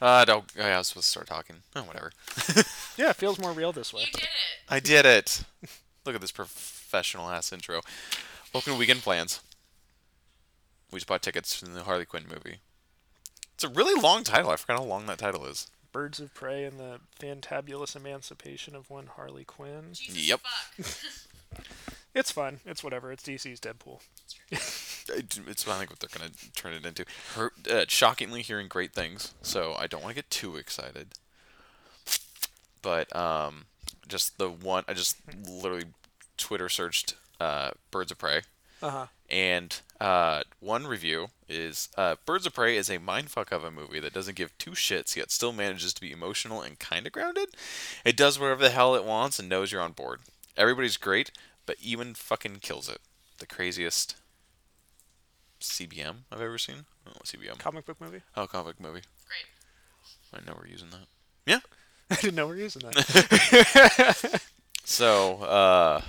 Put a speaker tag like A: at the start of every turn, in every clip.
A: Uh, don't. oh, yeah, I was supposed to start talking. Oh, whatever.
B: Yeah, it feels more real this way.
C: You did it.
A: I did it. Look at this professional ass intro. Welcome to Weekend Plans. We just bought tickets for the Harley Quinn movie. It's a really long title. I forgot how long that title is.
B: Birds of Prey and the Fantabulous Emancipation of One Harley Quinn.
C: Jesus
A: Yep.
C: fuck.
B: It's fun. It's whatever. It's DC's Deadpool.
A: It- It's I think what they're gonna turn it into. Her, uh, shockingly, hearing great things, so I don't want to get too excited. But um, just the one I just literally Twitter searched uh, "Birds of Prey,"
B: Uh huh.
A: and uh, one review is uh, "Birds of Prey" is a mindfuck of a movie that doesn't give two shits yet still manages to be emotional and kind of grounded. It does whatever the hell it wants and knows you're on board. Everybody's great, but even fucking kills it. The craziest CBM I've ever seen. Oh, CBM.
B: Comic book movie.
A: Oh, comic book movie.
C: Great.
A: I know we're using that. Yeah.
B: I didn't know we were using that.
A: So, uh,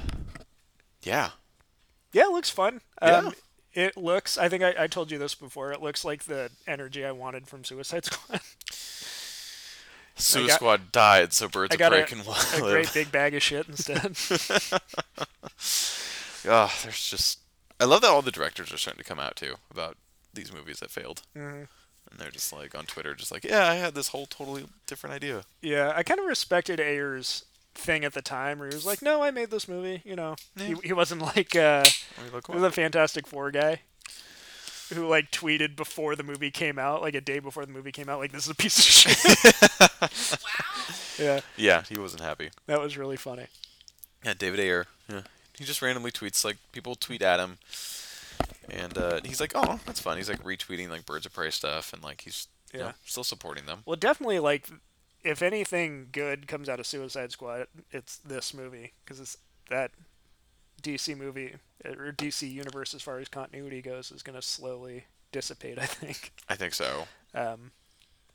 A: yeah.
B: yeah, it looks fun.
A: Yeah.
B: Um, it looks. I think I, I told you this before. It looks like the energy I wanted from Suicide Squad.
A: Suicide
B: got-
A: Squad died, so Birds
B: I
A: of
B: got
A: Prey
B: a,
A: can
B: a
A: live.
B: great big bag of shit instead.
A: Ugh, there's just. I love that all the directors are starting to come out too about these movies that failed, and they're just like on Twitter, just like, yeah, I had this whole totally different idea.
B: yeah, I kind of respected Ayer's thing at the time, where he was like, "No, I made this movie." You know, he, he wasn't like. Uh,
A: Or you look,
B: It was a Fantastic Four guy who like tweeted before the movie came out, like a day before the movie came out, like this is a piece of shit.
C: Wow.
B: yeah,
A: yeah, he wasn't happy.
B: that was really funny.
A: Yeah, David Ayer. Yeah. He just randomly tweets like people tweet at him, and uh, he's like, "Oh, that's fun." He's like retweeting like Birds of Prey stuff, and like he's you know,
B: Yeah.
A: still supporting them.
B: Well, definitely like if anything good comes out of Suicide Squad, it's this movie because it's that DC movie or DC universe as far as continuity goes is going to slowly dissipate. I think.
A: I think so.
B: Um,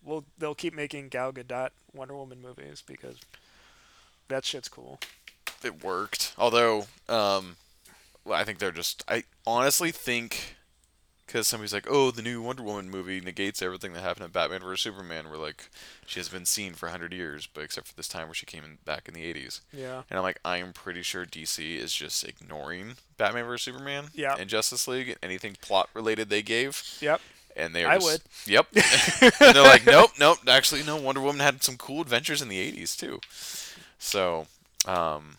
B: well, they'll keep making Gal Gadot Wonder Woman movies because that shit's cool.
A: It worked, although um, well, I think they're just. I honestly think because somebody's like, "Oh, the new Wonder Woman movie negates everything that happened in Batman vs Superman," where like she has been seen for hundred years, but except for this time where she came in, back in the '80s.
B: Yeah.
A: And I'm like, I am pretty sure DC is just ignoring Batman vs Superman
B: Yeah.
A: and Justice League, anything plot related they gave,
B: Yep.
A: and they are
B: I
A: just,
B: would.
A: Yep. and they're like, nope, nope. Actually, no. Wonder Woman had some cool adventures in the '80s too. So, um,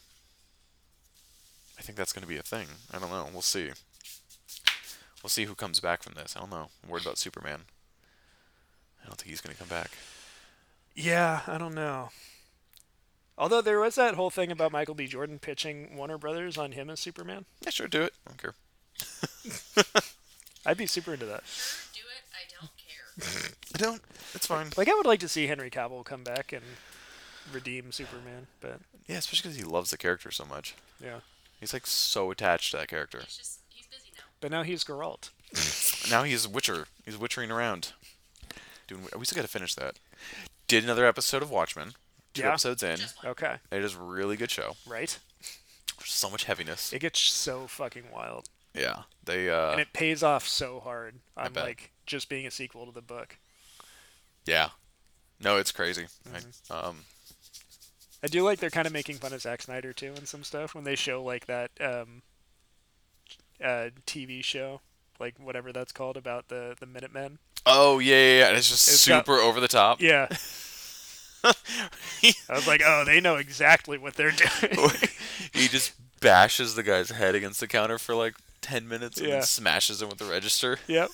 A: I think that's going to be a thing. I don't know. We'll see. We'll see who comes back from this. I don't know. I'm worried about Superman. I don't think he's going to come back.
B: Yeah, I don't know. Although there was that whole thing about Michael B. Jordan pitching Warner Brothers on him as Superman.
A: Yeah, sure, do it. I don't care.
B: I'd be super into that.
C: Sure, do it. I don't care.
A: I don't. It's fine.
B: Like, I would like to see Henry Cavill come back and redeem Superman, but
A: Yeah, especially because he loves the character so much.
B: yeah.
A: He's like so attached to that character.
C: He's just he's busy now.
B: But now he's Geralt.
A: Now he's Witcher. He's witchering around. Doing. We still got to finish that. Did another episode of Watchmen. Two
B: Yeah.
A: episodes in.
C: Just one.
B: Okay,
A: It is a really good show.
B: right?
A: So much heaviness.
B: It gets so fucking wild.
A: Yeah. They. uh
B: And it pays off so hard on,
A: bet.
B: like, just being a sequel to the book.
A: Yeah. No, it's crazy.
B: Mm-hmm.
A: I, um.
B: I do like they're kind of making fun of Zack Snyder, too, and some stuff when they show, like, that um, uh, TV show, like, whatever that's called, about the, the Minutemen.
A: Oh yeah, yeah, yeah. And it's just
B: It's got-
A: super over the top.
B: Yeah. I was like, oh, they know exactly what they're doing.
A: he just bashes the guy's head against the counter for like ten minutes and then
B: Yeah.
A: smashes him with the register.
B: yep.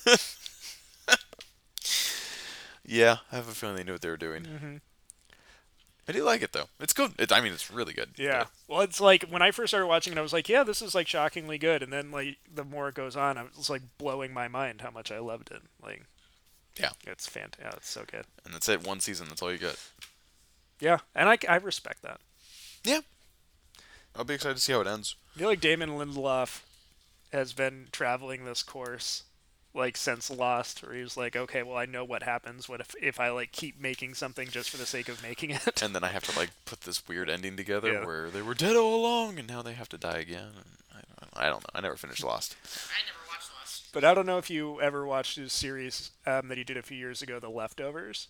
A: Yeah, I have a feeling they knew what they were doing.
B: Mm-hmm.
A: I do like it though. It's good. It, I mean, it's really good.
B: Yeah. Well, it's like when I first started watching it, I was like, yeah, this is like shockingly good. And then like the more it goes on, I was like blowing my mind how much I loved it. Like,
A: Yeah.
B: it's fantastic. Yeah, it's so good.
A: And that's it. One season. That's all you get.
B: Yeah, and I, I respect that.
A: Yeah. I'll be excited to see how it ends.
B: I feel like Damon Lindelof has been traveling this course like since Lost, where he was like, okay, well, I know what happens. What if if I like keep making something just for the sake of making it?
A: And then I have to like put this weird ending together
B: Yeah.
A: where they were dead all along and now they have to die again. And I, I don't know. I never finished Lost.
C: I never watched Lost.
B: But I don't know if you ever watched his series um, that he did a few years ago, The Leftovers.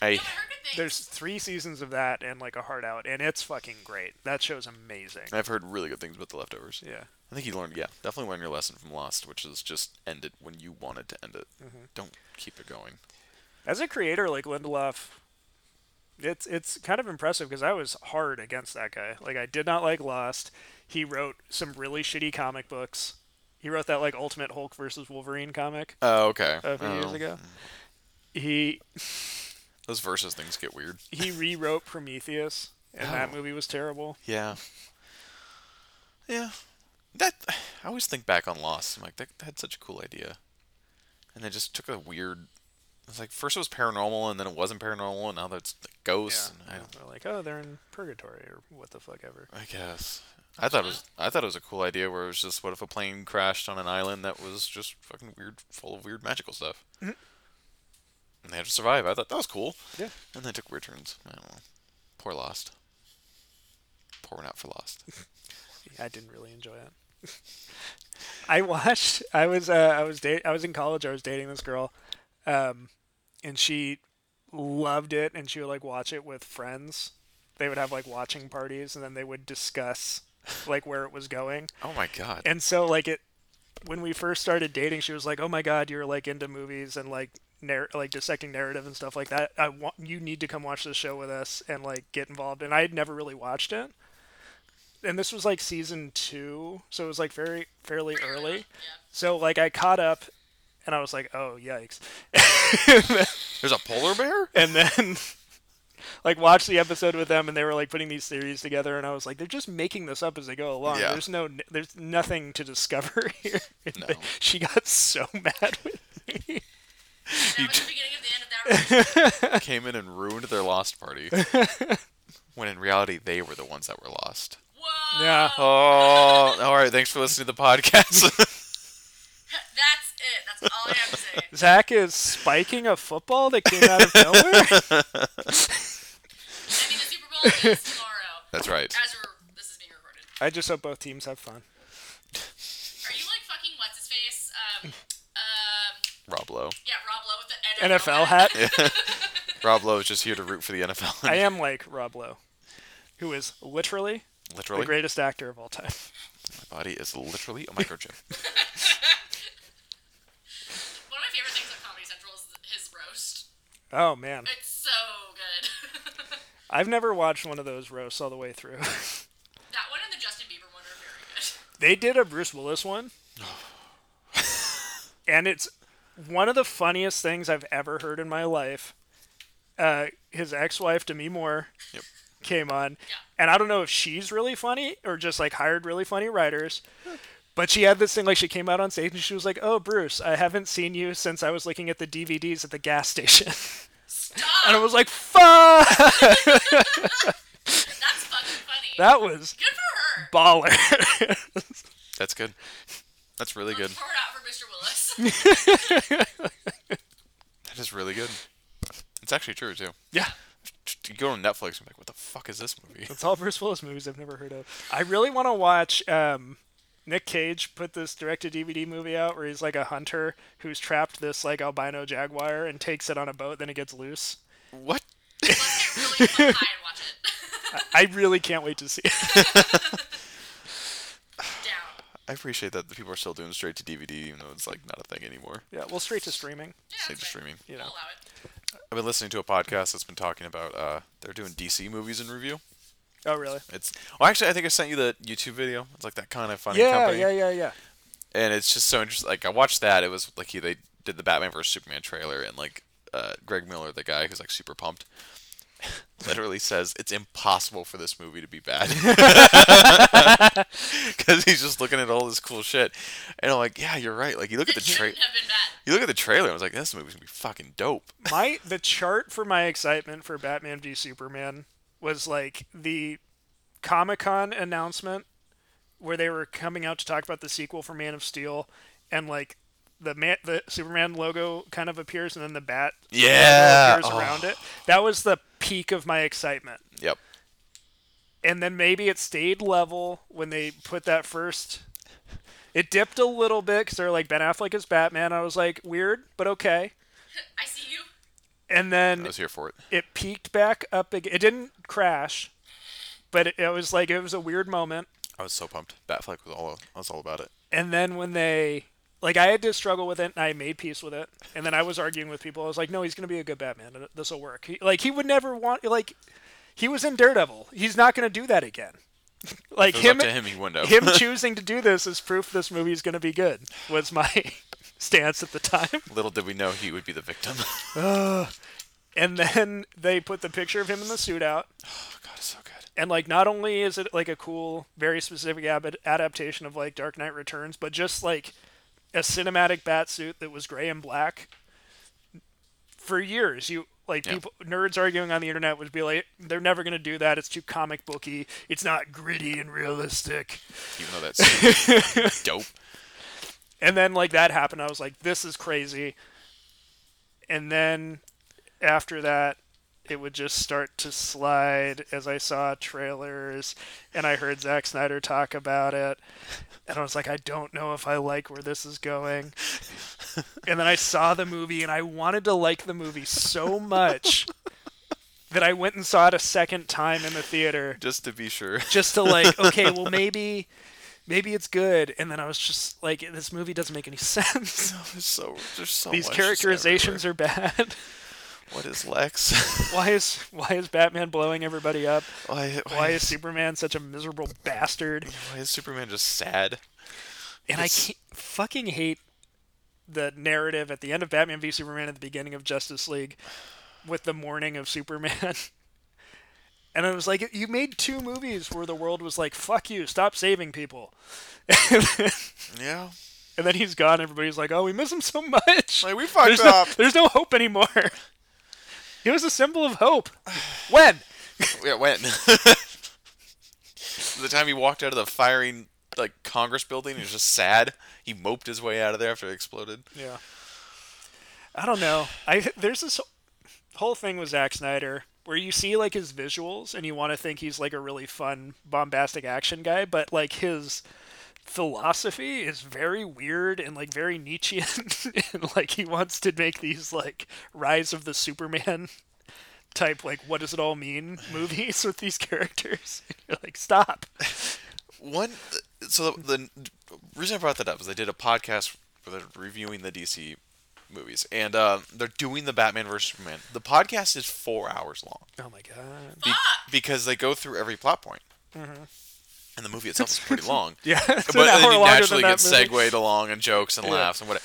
A: I
C: No, but I heard good things.
B: There's three seasons of that and like a hard out, and it's fucking great. That show's amazing.
A: I've heard really good things about the leftovers.
B: Yeah.
A: I think you learned, yeah, definitely learned your lesson from Lost, which is just end it when you wanted to end it.
B: Mm-hmm.
A: Don't keep it going.
B: As a creator like Lindelof, it's it's kind of impressive because I was hard against that guy. Like I did not like Lost. He wrote some really shitty comic books. He wrote that like Ultimate Hulk versus Wolverine comic
A: Oh, okay.
B: a few years
A: Oh.
B: ago. He
A: Those versus things get weird.
B: he rewrote Prometheus, and that
A: Oh.
B: movie was terrible.
A: Yeah. Yeah. That I always think back on Lost. I'm like, that, that had such a cool idea, and it just took a weird. It's like first it was paranormal, and then it wasn't paranormal, and now that's like ghosts. and I, don't-
B: They're like, oh, they're in purgatory or what the fuck ever.
A: I guess. I thought it was. I thought it was a cool idea where it was just what if a plane crashed on an island that was just fucking weird, full of weird magical stuff, and they had to survive. I thought that was cool.
B: Yeah.
A: And they took weird turns. I don't know. Poor Lost. Poor one out for Lost.
B: I didn't really enjoy it. I watched. I was. Uh, I was. Da- I was in college. I was dating this girl, um, and she loved it. And she would like watch it with friends. They would have like watching parties, and then they would discuss like where it was going.
A: Oh my god.
B: And so like it, when we first started dating, she was like, "Oh my god, you're like into movies and like." Narr- like dissecting narrative and stuff like that. I want you need to come watch this show with us and like get involved. And I had never really watched it, and this was like season two, so it was like very fairly early. So like I caught up, and I was like, oh yikes!
A: There's a polar bear?
B: And then like watched the episode with them, and they were like putting these theories together, and I was like, they're just making this up as they go along.
A: Yeah.
B: There's no, there's nothing to discover here. And
A: No.
B: they- she got so mad with me.
C: That was the beginning of the end of that relationship.
A: Came in and ruined their lost party. when in reality, they were the ones that were lost.
C: Whoa.
B: Yeah.
A: Oh, all right. Thanks for listening to the podcast.
C: That's it. That's all I have to say.
B: Zach is spiking a football that came out of nowhere.
C: I mean, the Super Bowl is tomorrow.
A: That's right.
C: As we're, this is being recorded.
B: I just hope both teams have fun.
C: Are you like fucking what's his face? Um, um,
A: Rob Lowe.
C: yeah, Rob Lowe with the
B: NFL hat.
A: Rob Lowe is just here to root for the NFL.
B: I am like Rob Lowe, who is literally
A: literally.
B: the greatest actor of all time.
A: My body is literally a microchip.
C: One of my favorite things on Comedy Central is his roast.
B: Oh man,
C: It's so good.
B: I've never watched one of those roasts all the way through.
C: that one and the Justin Bieber one are very good.
B: they did a Bruce Willis one, and it's one of the funniest things I've ever heard in my life. Uh, his ex-wife Demi Moore
A: Yep.
B: came on,
C: Yeah.
B: and I don't know if she's really funny or just like hired really funny writers. But she had this thing like she came out on stage and she was like, "Oh, Bruce, I haven't seen you since I was looking at the DVDs at the gas station," and I
C: Stop.
B: was like, "Fuck,
C: That's fucking funny.
B: that was
C: good for her.
B: baller."
A: That's good. That's really good.
C: Pour it out for Mr. Willis.
A: That is really good. It's actually true, too.
B: yeah.
A: You go on Netflix and be like, what the fuck is this movie?
B: It's all Bruce Willis movies I've never heard of. I really want to watch um, Nick Cage put this direct to DVD movie out where he's like a hunter who's trapped this like albino jaguar and takes it on a boat, then it gets loose.
A: What?
C: Let's get really fucking high and watch it.
B: I really can't wait to see it.
C: Down.
A: I appreciate that the people are still doing straight to DVD, even though it's like not a thing anymore.
B: yeah, well, straight to streaming.
C: Yeah,
A: Straight
C: that's
A: to
C: fine.
A: streaming.
B: You
C: I'll
B: know,
C: allow it.
A: I've been listening to a podcast that's been talking about uh, they're doing DC movies in review.
B: oh really?
A: It's well, actually, I think I sent you the YouTube video. It's like that kind of funny
B: Yeah,
A: company,
B: yeah, yeah, yeah.
A: and it's just so interesting. Like I watched that. It was like he they did the Batman vs Superman trailer, and like uh, Greg Miller, the guy who's like super pumped, literally says it's impossible for this movie to be bad because he's just looking at all this cool shit, and I'm like, yeah, you're right. Like you look at the
C: It
A: tra-
C: shouldn't have been bad.
A: you look at the trailer, and I was like, this movie's gonna be fucking dope.
B: My the chart for my excitement for Batman v Superman was like the Comic Con announcement where they were coming out to talk about the sequel for Man of Steel, and like the man, the Superman logo kind of appears, and then the bat
A: Yeah.
B: appears
A: Oh.
B: around it. That was the peak of my excitement,
A: Yep.
B: and then maybe it stayed level when they put that first. It dipped a little bit because they're like Ben Affleck is Batman. I was like weird, but okay.
C: I see you.
B: and then
A: I was here for it.
B: it peaked back up again. It didn't crash, but it, it was like it was a weird moment.
A: I was so pumped. Batfleck was all I was all about it.
B: And then when they like I had to struggle with it and I made peace with it. And then I was arguing with people. I was like, "No, he's going to be a good Batman. This will work." He, like he would never want like he was in Daredevil. He's not going to do that again. like
A: If It was
B: him
A: up to him. He wouldn't have.
B: him choosing to do this is proof this movie is going to be good. Was my stance at the time.
A: Little did we know he would be the victim.
B: And then they put the picture of him in the suit out
A: oh God, it's so good.
B: and like not only is it like a cool very specific ab- adaptation of like dark knight returns but just like a cinematic batsuit that was gray and black for years you like
A: Yeah.
B: people nerds arguing on the internet would be like they're never going to do that it's too comic booky it's not gritty and realistic
A: Even though that's dope.
B: and then like that happened i was like this is crazy and then after that it would just start to slide as i saw trailers and i heard Zack snyder talk about it and i was like i don't know if i like where this is going and then i saw the movie and i wanted to like the movie so much that i went and saw it a second time in the theater
A: Just to be sure.
B: just to like okay well maybe maybe it's good and then i was just like this movie doesn't make any sense
A: There's so there's so
B: these
A: much just
B: characterizations are bad
A: everywhere. What is Lex?
B: why is why is batman blowing everybody up
A: why why,
B: why is superman such a miserable bastard
A: why is Superman just sad?
B: and i
A: It's-
B: can't, fucking hate the narrative at the end of batman v superman at the beginning of justice league with the morning of superman and it was like you made two movies where the world was like fuck you stop saving people
A: Yeah.
B: And then he's gone. Everybody's like, "Oh, we miss him so much.
A: Like, we fucked
B: there's no-
A: up."
B: there's no hope anymore. he was a symbol of hope. When?
A: Yeah, when? the time he walked out of the firing like Congress building, he was just sad. He moped his way out of there after it exploded.
B: Yeah. I don't know. I there's this whole thing with Zack Snyder where you see like his visuals and you want to think he's like a really fun bombastic action guy, but like his philosophy is very weird and like very Nietzschean and like he wants to make these like rise of the Superman type like what does it all mean movies with these characters. You're like stop.
A: One, so the, the reason I brought that up is they did a podcast where they're reviewing the DC movies, and uh, they're doing the Batman versus Superman. The podcast is four hours long
B: Oh my god.
A: be- because they go through every plot point, and the movie itself is pretty long.
B: Yeah. Mm-hmm. It's
A: but
B: an hour
A: then you
B: longer than
A: naturally
B: that
A: get
B: movie.
A: segued along and jokes and laughs and whatever.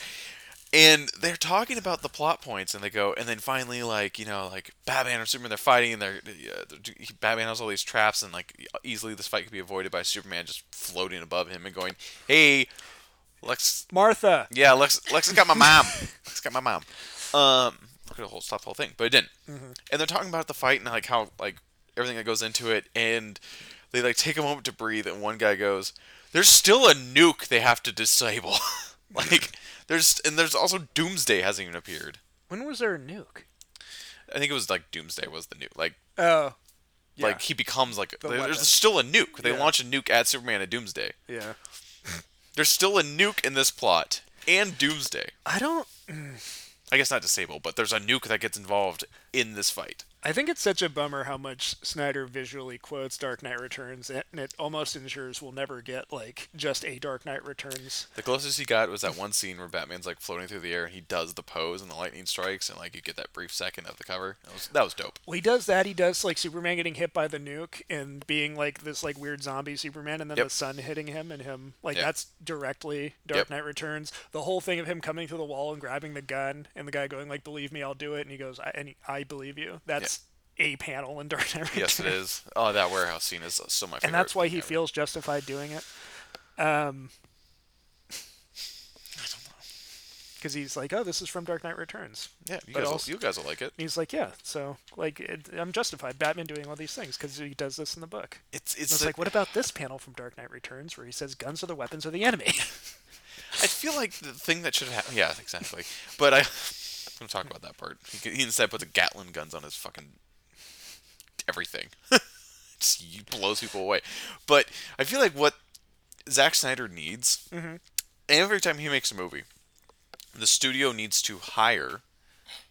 A: And they're talking about the plot points, and they go, and then finally, like you know, like Batman or Superman, they're fighting, and they're, uh, they're- he- Batman has all these traps, and like easily this fight could be avoided by Superman just floating above him and going, "Hey, Lex,
B: Martha.
A: yeah, Lex, Lex has got my mom. Lex got my mom. Um, I could have whole stop the whole thing, but it didn't.
B: Mm-hmm.
A: And they're talking about the fight and like how like everything that goes into it, and they like take a moment to breathe, and one guy goes, "There's still a nuke they have to disable." like there's and there's also Doomsday hasn't even appeared.
B: When was there a nuke?
A: I think it was like Doomsday was the nuke. Like
B: Oh.
A: like he becomes like there's
B: weapon.
A: still a nuke. They
B: Yeah.
A: launch a nuke at Superman at Doomsday.
B: Yeah.
A: There's still a nuke in this plot and Doomsday.
B: I don't.
A: I guess not disable, but there's a nuke that gets involved in this fight.
B: I think it's such a bummer how much Snyder visually quotes Dark Knight Returns, and it almost ensures we'll never get like just a Dark Knight Returns.
A: The closest he got was that one scene where Batman's like floating through the air and he does the pose and the lightning strikes and like you get that brief second of the cover. That was, that was dope.
B: Well, he does that. He does like Superman getting hit by the nuke and being like this like weird zombie Superman, and then
A: Yep.
B: the sun hitting him and him like
A: Yeah.
B: that's directly Dark
A: Yep.
B: Knight Returns. The whole thing of him coming through the wall and grabbing the gun, and the guy going like, "Believe me, I'll do it," and he goes, "I, and he- I believe you." That's a panel in Dark Knight Returns.
A: Yes, it is. Oh, that warehouse scene is still my favorite.
B: and that's why he
A: thing ever.
B: feels justified doing it. Um, because he's like, "Oh, this is from Dark Knight Returns."
A: Yeah, you
B: but
A: guys, will,
B: also-
A: you guys will like it.
B: And he's like, "Yeah, so like, it, I'm justified. Batman doing all these things because he does this in the book." And
A: It's it's,
B: it's
A: the-
B: like, what about this panel from Dark Knight Returns where he says, "Guns are the weapons of the enemy."
A: I feel like the thing that should happen. Yeah, exactly. But I, I'm talking about that part. He, he instead puts a Gatlin guns on his fucking everything. Just he blows people away. But I feel like what Zack Snyder needs, every time he makes a movie, the studio needs to hire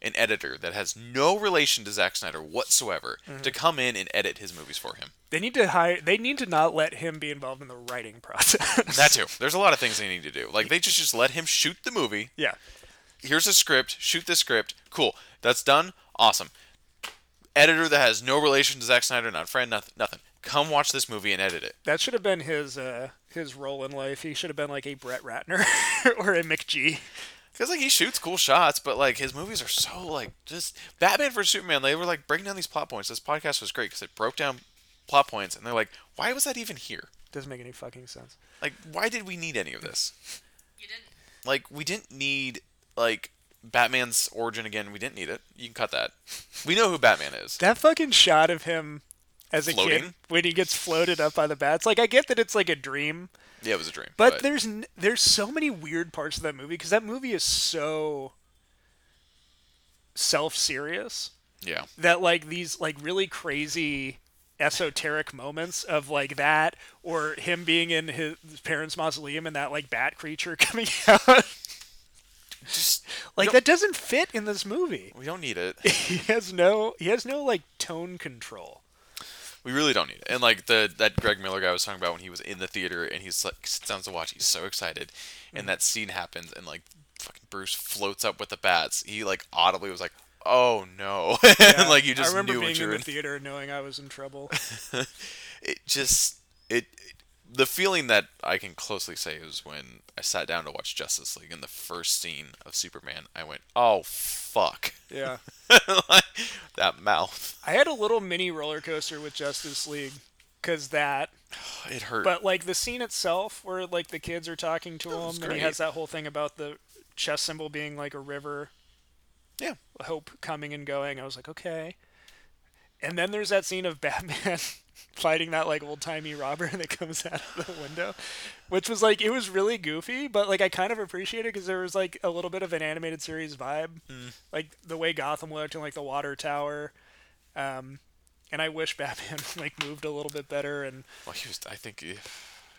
A: an editor that has no relation to Zack Snyder whatsoever to come in and edit his movies for him.
B: They need to hire. They need to not let him be involved in the writing process.
A: That too. There's a lot of things they need to do. Like they just just let him shoot the movie.
B: yeah.
A: Here's a script. Shoot the script. Cool. That's done. Awesome. Editor that has no relation to Zack Snyder, not friend, nothing. Nothing. Come watch this movie and edit it.
B: That should have been his uh, his role in life. He should have been like a Brett Ratner or a McG.
A: Because like he shoots cool shots, but like his movies are so like just Batman vs Superman. They were like breaking down these plot points. This podcast was great because it broke down plot points, and they're like, why was that even here?
B: Doesn't make any fucking sense.
A: Like, why did we need any of this?
C: You didn't.
A: Like, we didn't need like Batman's origin again. We didn't need it. You can cut that. We know who Batman is.
B: That fucking shot of him as a kid
A: Floating?
B: when he gets floated up by the bats. Like I get that it's like a dream,
A: Yeah, it was a dream.
B: but, there's n- there's so many weird parts of that movie because that movie is so self serious.
A: yeah,
B: that like these like really crazy esoteric moments of like that or him being in his parents mausoleum and that like bat creature coming out
A: just
B: like that doesn't fit in this movie
A: we don't need it.
B: he has no he has no like tone control
A: We really don't need it. And like the that Greg Miller guy I was talking about when he was in the theater and he's like sits down to watch, he's so excited,
B: Mm.
A: and that scene happens and like fucking Bruce floats up with the bats. He like audibly was like, "Oh no!" and like you
B: i
A: just
B: remember
A: knew
B: being
A: what you
B: in
A: were.
B: the
A: In.
B: theater knowing i was in trouble
A: It just it, it the feeling that I can closely say is when I sat down to watch Justice League and the first scene of Superman, I went, "Oh fuck!"
B: yeah
A: like, that mouth,
B: i had a little mini roller coaster with justice league because that
A: it hurt.
B: But like the scene itself, where like the kids are talking to
A: was
B: him, and he
A: great.
B: has that whole thing about the chess symbol being like a river,
A: yeah,
B: hope coming and going. I was like, okay. And then there's that scene of Batman fighting that like old timey robber that comes out of the window, which was like it was really goofy, but like I kind of appreciated because there was like a little bit of an animated series vibe, like the way Gotham looked and like the water tower. Um, and I wish Batman like moved a little bit better and
A: well, he was. I think. He,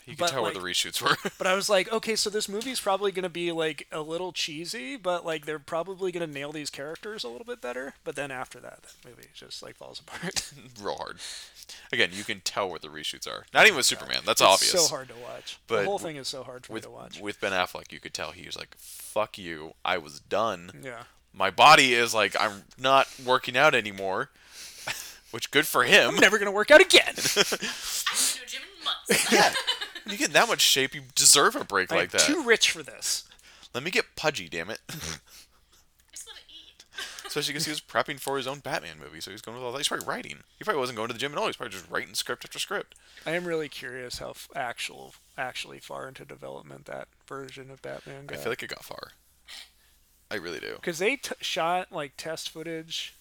A: you could
B: But,
A: tell
B: like-
A: where the reshoots were.
B: But I was like, okay, so this movie's probably going to be like a little cheesy, but like they're probably going to nail these characters a little bit better. But then after that, that movie just like falls apart.
A: real hard. Again, you can tell where the reshoots are. Not even with Superman. That's obvious.
B: so hard to watch. the
A: But
B: whole
A: w-
B: thing is so hard for me
A: With
B: to watch.
A: with Ben Affleck, you could tell he was like, "Fuck you, I was done.
B: yeah.
A: My body is like, I'm not working out anymore." Which good for him.
B: I'm never going to work out again.
C: I haven't been to a gym in months.
A: you get in that much shape, you deserve a break like
B: I'm
A: that.
B: too rich for this.
A: Let me get pudgy, damn it.
C: I just want to eat.
A: Especially because he was prepping for his own Batman movie, so he was going with all that. He's probably writing. He probably wasn't going to the gym at all. He's probably just writing script after script.
B: I am really curious how f- actual actually far into development that version of Batman
A: I feel
B: got.
A: like it got far. I really do.
B: Because they t- shot like test footage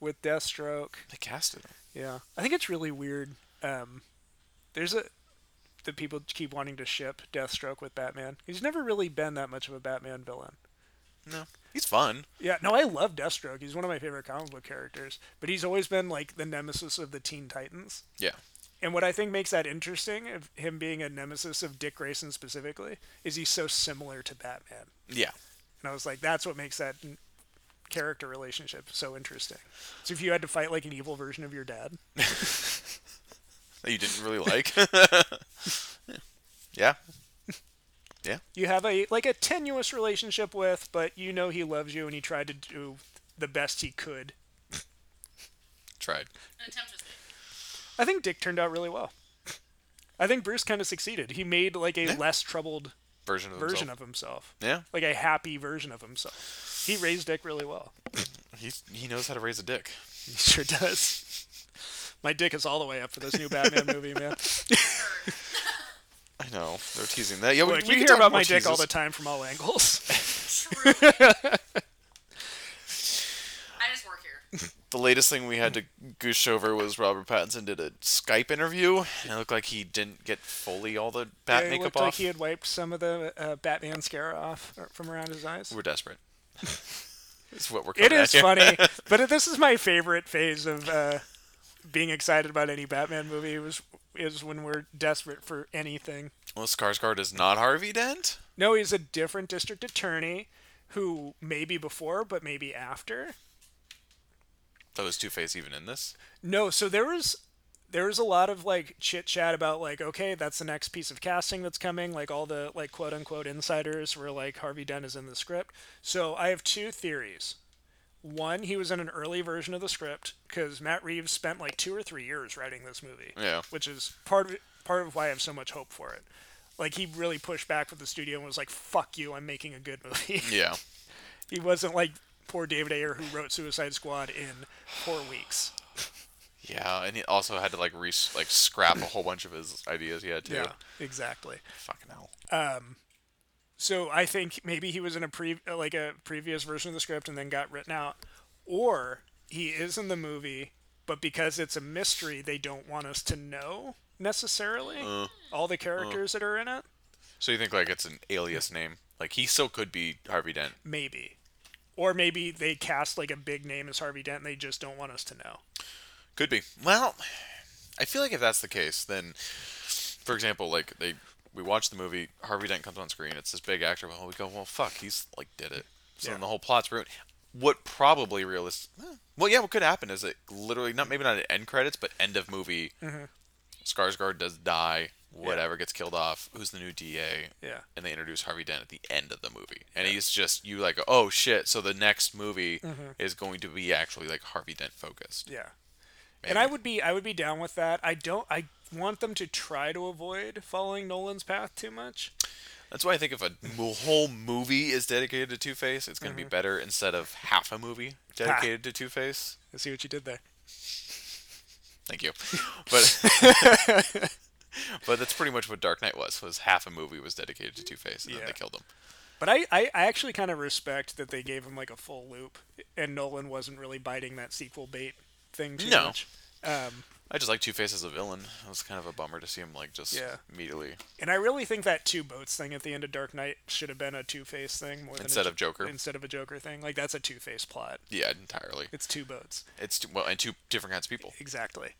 B: with Deathstroke.
A: They casted him.
B: Yeah, I think it's really weird. Um, there's a that people keep wanting to ship Deathstroke with Batman. He's never really been that much of a Batman villain.
A: No, he's fun.
B: Yeah, no, I love Deathstroke. He's one of my favorite comic book characters, but he's always been like the nemesis of the Teen Titans.
A: Yeah.
B: And what I think makes that interesting of him being a nemesis of Dick Grayson specifically is he's so similar to Batman.
A: Yeah.
B: And I was like, that's what makes that n- character relationship so interesting. So if you had to fight like an evil version of your dad,
A: that you didn't really like. yeah. Yeah.
B: you have a like a tenuous relationship with, but you know he loves you and he tried to do the best he could.
A: Tried.
C: An attempt was made.
B: I think Dick turned out really well. I think Bruce kind of succeeded. He made like a
A: Yeah.
B: less troubled
A: Version of
B: version
A: himself.
B: of himself,
A: Yeah.
B: like a happy version of himself. He raised Dick really well.
A: He's, he knows how to raise a dick.
B: He sure does. My dick is all the way up for this new Batman movie, man.
A: I know. They're teasing that. Yeah, we,
B: Look,
A: we
B: you
A: can
B: hear
A: talk
B: about
A: more
B: my dick all the
A: teases.
B: time from all angles.
C: Truly. I just work here.
A: The latest thing we had to goosh over was Robert Pattinson did a Skype interview, and it looked like he didn't get fully all the bat
B: it
A: makeup
B: looked
A: off.
B: like he had wiped some of the uh, Batman scare off uh, from around his eyes.
A: We're desperate. It's what we're.
B: It
A: coming at
B: is
A: here.
B: funny, but this is my favorite phase of uh, being excited about any Batman movie was is when we're desperate for anything.
A: Well, Skarsgård is not Harvey Dent.
B: No, he's a different district attorney who maybe before but maybe after.
A: So is Two Face even in this?
B: No, so there was there was a lot of like chit chat about like okay, that's the next piece of casting that's coming. Like all the like quote unquote insiders were like Harvey Dent is in the script. So I have two theories. One, he was in an early version of the script because Matt Reeves spent like two or three years writing this movie.
A: Yeah.
B: which is part of part of why I have so much hope for it. Like he really pushed back with the studio and was like, "Fuck you, I'm making a good movie."
A: Yeah.
B: he wasn't like poor David Ayer who wrote Suicide Squad in four weeks.
A: Yeah, and he also had to like re- like scrap a whole bunch of his ideas he had too.
B: exactly.
A: Fucking hell.
B: So I think maybe he was in a pre like a previous version of the script and then got written out, or he is in the movie, but because it's a mystery, they don't want us to know necessarily all the characters that are in it.
A: So you think like it's an alias name? Like he still could be Harvey Dent.
B: Maybe, or maybe they cast like a big name as Harvey Dent and they just don't want us to know.
A: Could be. Well, I feel like if that's the case, then, for example, like they we watch the movie, Harvey Dent comes on screen. It's this big actor. Well, we go, well, fuck, he's like did it. So then
B: Yeah.
A: the whole plot's ruined. What probably realist? eh, Well, yeah, what could happen is that literally not maybe not at end credits, but end of movie,
B: Mm-hmm.
A: Skarsgård does die. Whatever gets killed off. Who's the new DA?
B: Yeah.
A: and they introduce Harvey Dent at the end of the movie. And he's just you like, oh shit, so the next movie
B: Mm-hmm.
A: is going to be actually like Harvey Dent focused.
B: Yeah. And I would be I would be down with that. I don't I want them to try to avoid following Nolan's path too much.
A: That's why I think if a mo- whole movie is dedicated to Two Face, it's going to
B: Mm-hmm.
A: be better instead of half a movie dedicated to Two Face.
B: I see what you did there.
A: Thank you. But but that's pretty much what Dark Knight was. Was half a movie was dedicated to Two Face, and then
B: Yeah.
A: they killed him.
B: But I, I, I actually kind of respect that they gave him like a full loop and Nolan wasn't really biting that sequel bait thing too
A: No.
B: much. Um,
A: I just like Two Face as a villain. It was kind of a bummer to see him like just
B: Yeah.
A: immediately
B: and I really think that two boats thing at the end of Dark Knight should have been a Two Face thing more than a
A: Instead
B: Jo-
A: of Joker.
B: Instead of a Joker thing, like that's a Two Face plot.
A: yeah entirely.
B: It's two boats
A: It's well and two different kinds of people.
B: exactly.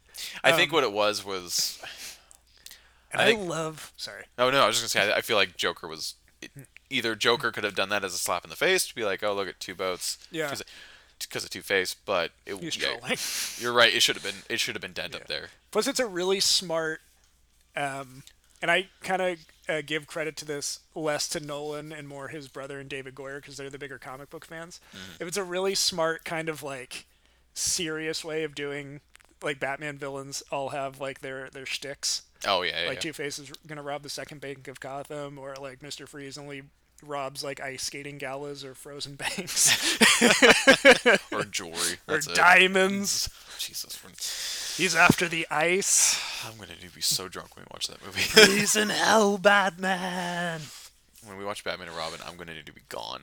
A: I
B: Um,
A: think what it was was.
B: And
A: I
B: I,
A: think-
B: love sorry.
A: Oh no, I was just gonna say. I, I feel like Joker was. It, either Joker could have done that as a slap in the face to be like, "Oh, look at two boats."
B: Yeah.
A: Because of Two Face, but it,
B: He's
A: yeah,
B: trolling.
A: You're right. It should have been. It should have been Dent up there.
B: Plus, it's a really smart, um, and I kind of uh, give credit to this less to Nolan and more his brother and David Goyer because they're the bigger comic book fans.
A: Mm-hmm.
B: If it's a really smart kind of like serious way of doing, like Batman villains all have like their their shticks.
A: Oh yeah, yeah.
B: Like
A: yeah.
B: Two Face is gonna rob the second bank of Gotham, or like Mister Freeze only robs like ice skating galas or frozen banks
A: or jewelry.
B: or
A: That's it. Mm-hmm.
B: diamonds.
A: Jesus, we're-
B: He's after the ice.
A: I'm gonna be so drunk when we watch that movie.
B: He's an hell Batman.
A: when we watch Batman and Robin, I'm gonna need to be gone.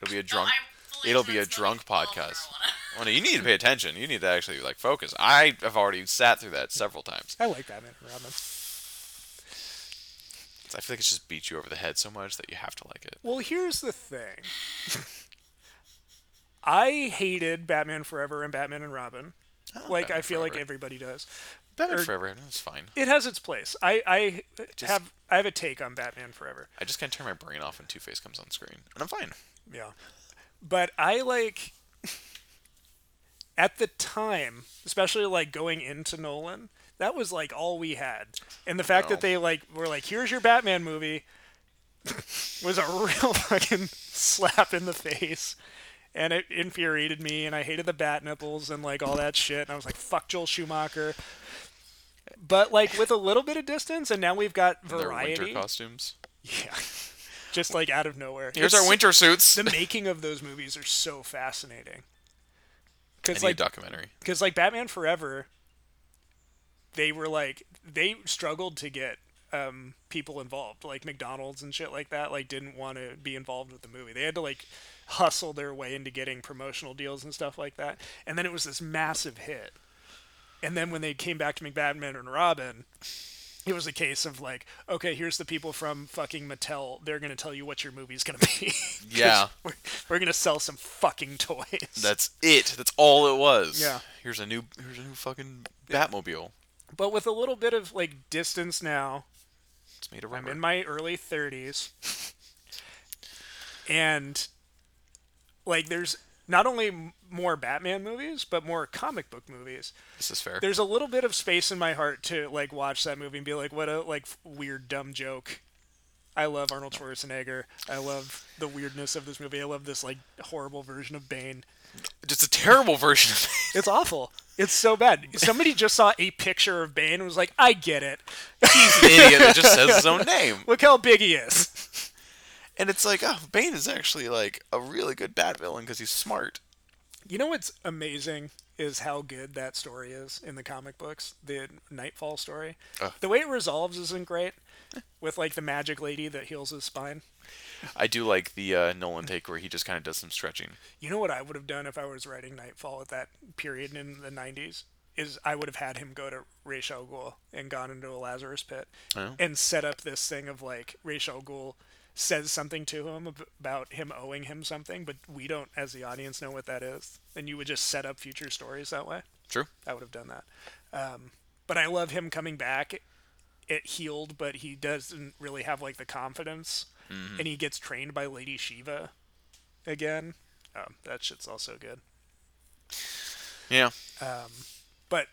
A: It'll be a drunk.
C: I'm fully
A: It'll be a
C: drunk
A: drunk
C: smoking all
A: podcast.
C: marijuana.
A: Well, no, you need to pay attention. You need to actually like focus. I have already sat through that several times.
B: I like Batman and Robin.
A: I feel like it's just beat you over the head so much that you have to like it.
B: Well, here's the thing. I hated Batman Forever and Batman and Robin. Like
A: Ah, Batman
B: I feel like er,
A: Forever.
B: everybody does.
A: Batman
B: or-
A: Forever, no, it's fine.
B: It has its place. I I have I have a take on Batman Forever.
A: I just can't turn my brain off when Two Face comes on screen, and I'm fine.
B: Yeah. But I like at the time, especially like going into Nolan, that was like all we had. And the fact
A: No.
B: that they like were like, here's your Batman movie was a real fucking slap in the face. And it infuriated me and I hated the bat nipples and like all that shit. And I was like, fuck Joel Schumacher. But like with a little bit of distance and now we've got
A: And Their winter
B: variety.
A: costumes.
B: Yeah. Just like out of nowhere.
A: Here's
B: It's
A: our winter suits.
B: the making of those movies are so fascinating.
A: I
B: Because
A: need a
B: like,
A: documentary.
B: cause like Batman Forever, they were like they struggled to get um, people involved, like McDonald's and shit like that. Like didn't want to be involved with the movie. They had to like hustle their way into getting promotional deals and stuff like that. And then it was this massive hit. And then when they came back to make Batman and Robin, it was a case of like, okay, here's the people from fucking Mattel. They're gonna tell you what your movie's gonna be. 'Cause
A: Yeah.
B: we're, we're gonna sell some fucking toys.
A: That's it. That's all it was.
B: Yeah.
A: Here's a new. Here's a new fucking Batmobile.
B: but with a little bit of like distance now,
A: It's made of
B: I'm
A: rubber.
B: in my early 30s. and like there's not only m- more Batman movies but more comic book movies.
A: This is fair.
B: There's a little bit of space in my heart to like watch that movie and be like, what a like weird dumb joke. I love Arnold Schwarzenegger. I love the weirdness of this movie. I love this like horrible version of Bane.
A: Just a terrible version of it.
B: It's awful. It's so bad. Somebody just saw a picture of Bane and was like, I get it.
A: He's an idiot that just says his own name.
B: Look how big he is.
A: And it's like, oh, Bane is actually like a really good bad villain because he's smart.
B: You know what's amazing is how good that story is in the comic books. The Nightfall story.
A: Ugh.
B: The way it resolves isn't great. With like the magic lady that heals his spine.
A: I do like the uh,
B: Mm.
A: Nolan take where he just kind of does some stretching.
B: You know what I would have done if I was writing Nightfall at that period in the '90s is I would have had him go to Ra's al Ghul and gone into a Lazarus pit
A: Oh.
B: and set up this thing of like Ra's al Ghul says something to him ab- about him owing him something, but we don't as the audience know what that is, and you would just set up future stories that way.
A: True.
B: I would have done that. Um, but I love him coming back. It healed, but he doesn't really have like the confidence, and he gets trained by Lady Shiva again. Um, that shit's also good.
A: Yeah.
B: But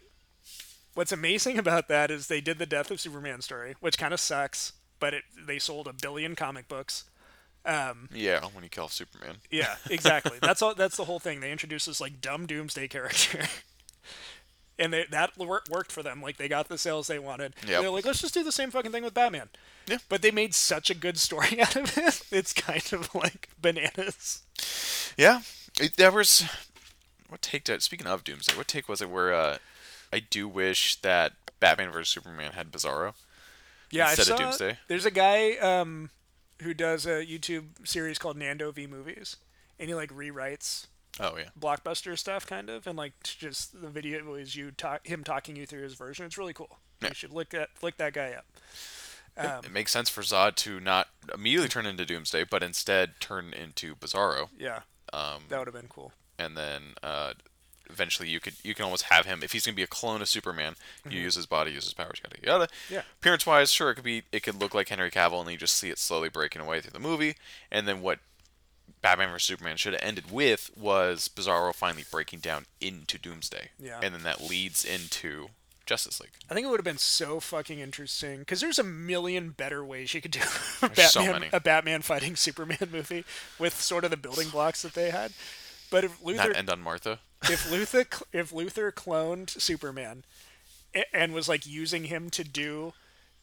B: what's amazing about that is they did the death of Superman story, which kind of sucks. But it, they sold a billion comic books.
A: Yeah. When he kills Superman.
B: Yeah, exactly. that's all. That's the whole thing. They introduced this like dumb doomsday character, and they, that wor- worked for them. Like they got the sales they wanted.
A: Yep.
B: They're like, let's just do the same fucking thing with Batman.
A: Yeah.
B: But they made such a good story out of it. It's kind of like bananas.
A: Yeah, it, there was. What take did? Speaking of Doomsday, what take was it where? Uh, I do wish that Batman vs Superman had Bizarro.
B: Yeah,
A: Instead
B: I
A: of
B: saw,
A: Doomsday.
B: There's a guy um, who does a YouTube series called Nando V Movies, and he like rewrites
A: Oh yeah,
B: blockbuster stuff kind of and like t- just the video is you talk him talking you through his version it's really cool
A: Yeah.
B: you should look at look that guy up
A: it makes sense for Zod to not immediately turn into Doomsday, but instead turn into Bizarro,
B: yeah um that would have been cool
A: and then uh, eventually you could you can almost have him if he's gonna be a clone of Superman. You use his body, use his powers, yada yada.
B: Mm-hmm. Yeah.
A: Appearance wise, sure, it could be it could look like Henry Cavill, and you just see it slowly breaking away through the movie, and then what. Batman vs Superman should have ended with was Bizarro finally breaking down into Doomsday,
B: Yeah.
A: and then that leads into Justice League.
B: i think it would have been so fucking interesting because there's a million better ways you could do a batman,
A: There's so many.
B: a batman fighting superman movie with sort of the building blocks that they had but if luther
A: Not end on Martha.
B: if Luthor cl- if Luthor cloned Superman a- and was like using him to do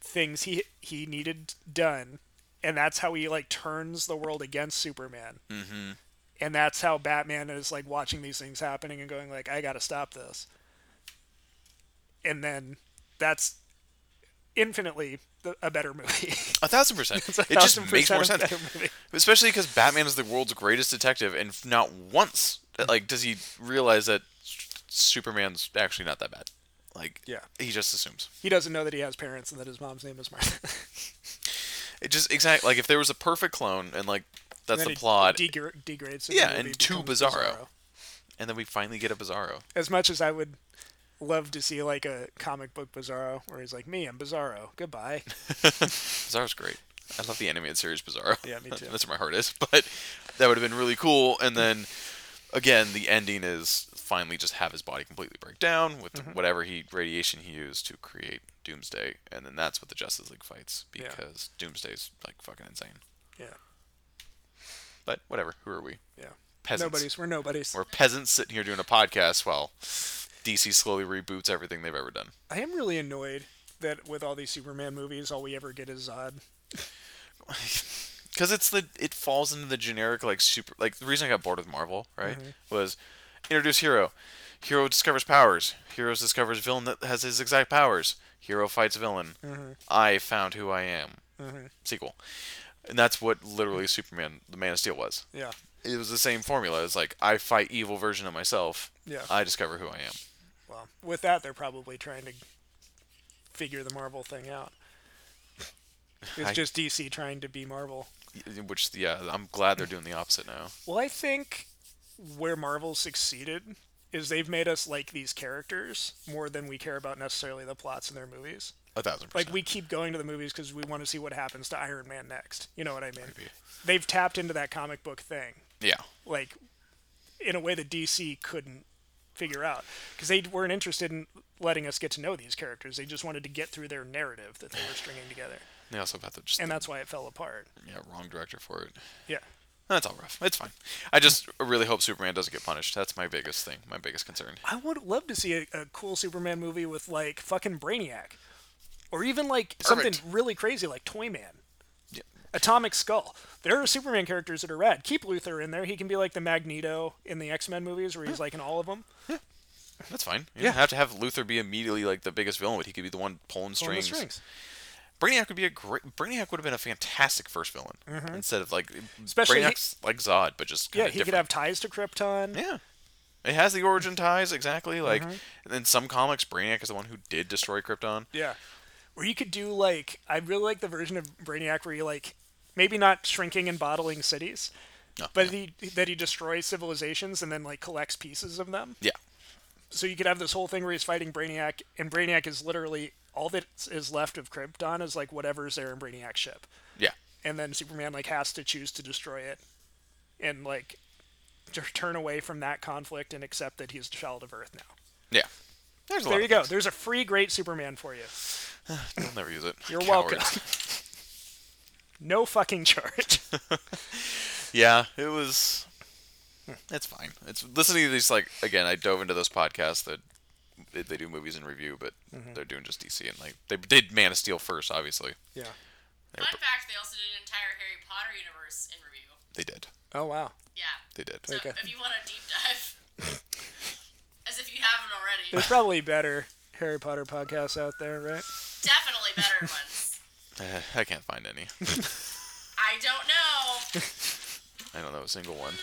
B: things he he needed done, and that's how he like turns the world against Superman. Mm-hmm. And that's how Batman is like watching these things happening and going like, I gotta stop this. And then that's infinitely the, a better movie.
A: A thousand percent.
B: a
A: it just
B: thousand
A: makes more
B: percent
A: sense,
B: a better movie.
A: especially because Batman is the world's greatest detective, and f- not once uh, like does he realize that S- Superman's actually not that bad. Like,
B: Yeah.
A: he just assumes.
B: he doesn't know that he has parents and that his mom's name is Martha.
A: It just exactly like if there was a perfect clone, and like that's
B: Then
A: the
B: he
A: plot,
B: degra- degrades. him
A: Yeah,
B: the
A: and
B: movie
A: to
B: becomes
A: Bizarro. and then we finally get a Bizarro.
B: as much as I would love to see like a comic book Bizarro where he's like, "Me, I'm Bizarro. Goodbye."
A: Bizarro's great. I love the animated series Bizarro.
B: Yeah, me too.
A: That's where my heart is. But that would have been really cool. And then, again, the ending is finally just have his body completely break down with
B: Mm-hmm.
A: whatever he radiation he used to create Doomsday, and then that's what the Justice League fights
B: Yeah.
A: because Doomsday's like fucking insane.
B: Yeah,
A: But whatever. Who are we?
B: yeah.
A: Peasants.
B: Nobody's. We're nobodies.
A: We're peasants sitting here doing a podcast while DC slowly reboots everything they've ever done.
B: I am really annoyed that with all these Superman movies, all we ever get is Zod.
A: because it's the it falls into the generic like super like the reason I got bored with Marvel right
B: Mm-hmm.
A: was introduce hero, hero discovers powers, hero discovers villain that has his exact powers, hero fights villain,
B: Mm-hmm.
A: I found who I am, sequel, and that's what literally Superman the Man of Steel was.
B: Yeah,
A: It was the same formula. It's like I fight evil version of myself.
B: Yeah.
A: I discover who I am.
B: well, with that, they're probably trying to figure the Marvel thing out. It's
A: I-
B: just DC trying to be Marvel.
A: Y- Which yeah, I'm glad they're doing the opposite now.
B: Well, I think where Marvel succeeded is they've made us like these characters more than we care about necessarily the plots in their movies.
A: A thousand percent.
B: Like we keep going to the movies because we want to see what happens to Iron Man next. You know what I mean? They've tapped into that comic book thing,
A: yeah.
B: like in a way that DC couldn't figure out because they weren't interested in letting us get to know these characters. They just wanted to get through their narrative that they were stringing together,
A: They also got the just
B: and
A: the,
B: that's why it fell apart.
A: yeah, wrong director for it.
B: Yeah.
A: That's all rough. It's fine. I just really hope Superman doesn't get punished. That's my biggest thing. My biggest concern.
B: I would love to see a, a cool Superman movie with like fucking Brainiac, or even like
A: Perfect.
B: something really crazy like Toyman,
A: Yeah.
B: Atomic Skull. There are Superman characters that are rad. Keep Luthor in there. He can be like the Magneto in the X Men movies, where he's like in all of them.
A: That's fine. You yeah. don't have to have Luthor be immediately like the biggest villain, but he could be the one pulling
B: Pulling the
A: strings. Brainiac would be a great. Brainiac would have been a fantastic first villain instead of like
B: Mm-hmm. Especially he-
A: Brainiac's like Zod, but just
B: Yeah,
A: kinda
B: he could
A: different.
B: have ties to Krypton.
A: yeah. It has the origin ties exactly. Like
B: Mm-hmm.
A: and in some comics, Brainiac is the one who did destroy Krypton.
B: Yeah. Or you could do like I really like the version of Brainiac where you like maybe not shrinking and bottling cities,
A: No,
B: but he that he destroys civilizations and then like collects pieces of them.
A: Yeah.
B: So you could have this whole thing where he's fighting Brainiac, and Brainiac is literally all that is left of Krypton is like whatever's there in Brainiac's ship,
A: Yeah.
B: and then Superman like has to choose to destroy it, and like t- turn away from that conflict and accept that he's a child of Earth now.
A: Yeah. There's a lot
B: There you
A: of
B: go.
A: things.
B: There's a free great Superman for you.
A: I'll never use it.
B: You're
A: Cowards.
B: welcome. No fucking charge.
A: Yeah, it was. hmm, It's fine. It's listening to these like again. I dove into those podcasts that they- they do movies and review, but they're doing just DC and like they did Man of Steel first, obviously.
B: yeah.
A: They, were,
C: Fun fact: They also did an entire Harry Potter universe in review.
A: they did.
B: Oh wow.
C: Yeah.
A: They did.
C: So
B: Okay.
C: if you want a deep dive, as if you haven't already,
B: There's probably better Harry Potter podcasts out there, right?
C: definitely better ones.
A: Eh, I can't find any.
C: I don't know.
A: I don't know a single one.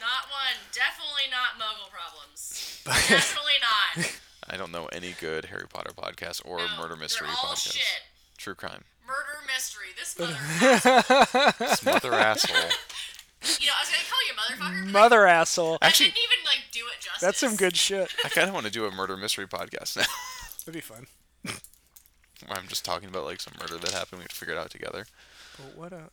C: Not one. Definitely not Muggle problems. definitely not.
A: I don't know any good Harry Potter podcast or
C: No,
A: murder mystery
C: They're all
A: podcast.
C: shit.
A: True crime.
C: Murder mystery. This mother.
A: This mother asshole.
C: you know, I was gonna call you motherfucker. but
B: Mother asshole.
C: I
A: Actually-
C: didn't even like do it justice.
B: That's some good shit.
A: I kind of want to do a murder mystery podcast now.
B: That'd be fun.
A: Where I'm just talking about like some murder that happened. We have to figure it out together.
B: But what a.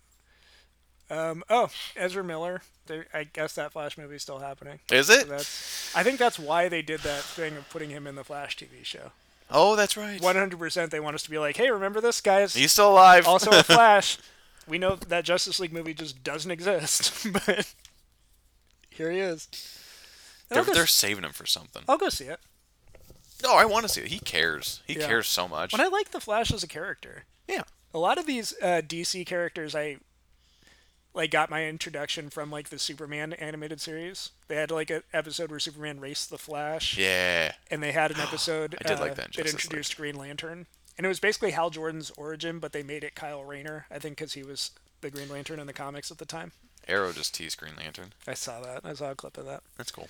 B: Um, oh, Ezra Miller. There, I guess that Flash movie's still happening.
A: Is it?
B: That's. I think that's why they did that thing of putting him in the Flash TV show.
A: oh, that's right.
B: 100% they want us to be like, hey, remember this, guys?
A: He's still alive.
B: also a Flash. We know that Justice League movie just doesn't exist, but here he is. And
A: they're,
B: I'll, go,
A: they're saving him for something.
B: I'll go see it.
A: No, I want to see it. He cares. He
B: Yeah.
A: cares so much.
B: But I like the Flash as a character.
A: yeah.
B: A lot of these uh, DC characters, I like got my introduction from like the Superman animated series. They had like an episode where Superman raced the Flash,
A: Yeah.
B: and they had an episode
A: I did like
B: uh,
A: that
B: that
A: in Justice
B: introduced Green Lantern, and it was basically Hal Jordan's origin, but they made it Kyle Rayner, I think, because he was the Green Lantern in the comics at the time.
A: Arrow just teased Green Lantern.
B: I saw that. I saw a clip of that.
A: That's cool.